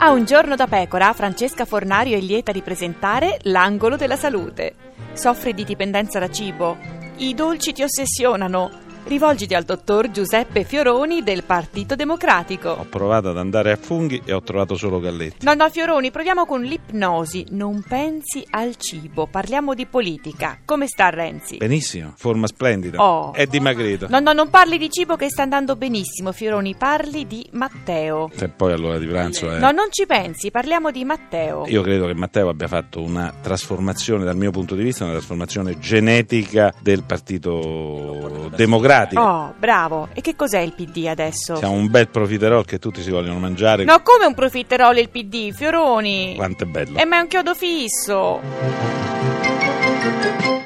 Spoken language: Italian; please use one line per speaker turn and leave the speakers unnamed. A Un giorno da pecora, Francesca Fornario è lieta di presentare l'angolo della salute. Soffri di dipendenza da cibo? I dolci ti ossessionano? Rivolgiti al dottor Giuseppe Fioroni del Partito
Ho
Democratico.
provato ad andare a funghi e ho trovato solo galletti.
No, no, Fioroni, proviamo con l'ipnosi. Non pensi al cibo, parliamo di politica. Come sta Renzi?
Benissimo, forma splendida.
Oh.
È dimagrito.
No, no, non parli di cibo che sta andando benissimo, Fioroni, parli di Matteo.
E poi allora di pranzo, eh.
No, non ci pensi, parliamo di Matteo.
Io credo che Matteo abbia fatto una trasformazione, dal mio punto di vista, una trasformazione genetica del Partito Democratico.
Oh, bravo. E che cos'è il PD adesso?
Siamo un bel profiterol che tutti si vogliono mangiare.
No, come un profiterole il PD, Fioroni?
Quanto è bello.
Eh, ma è un chiodo fisso.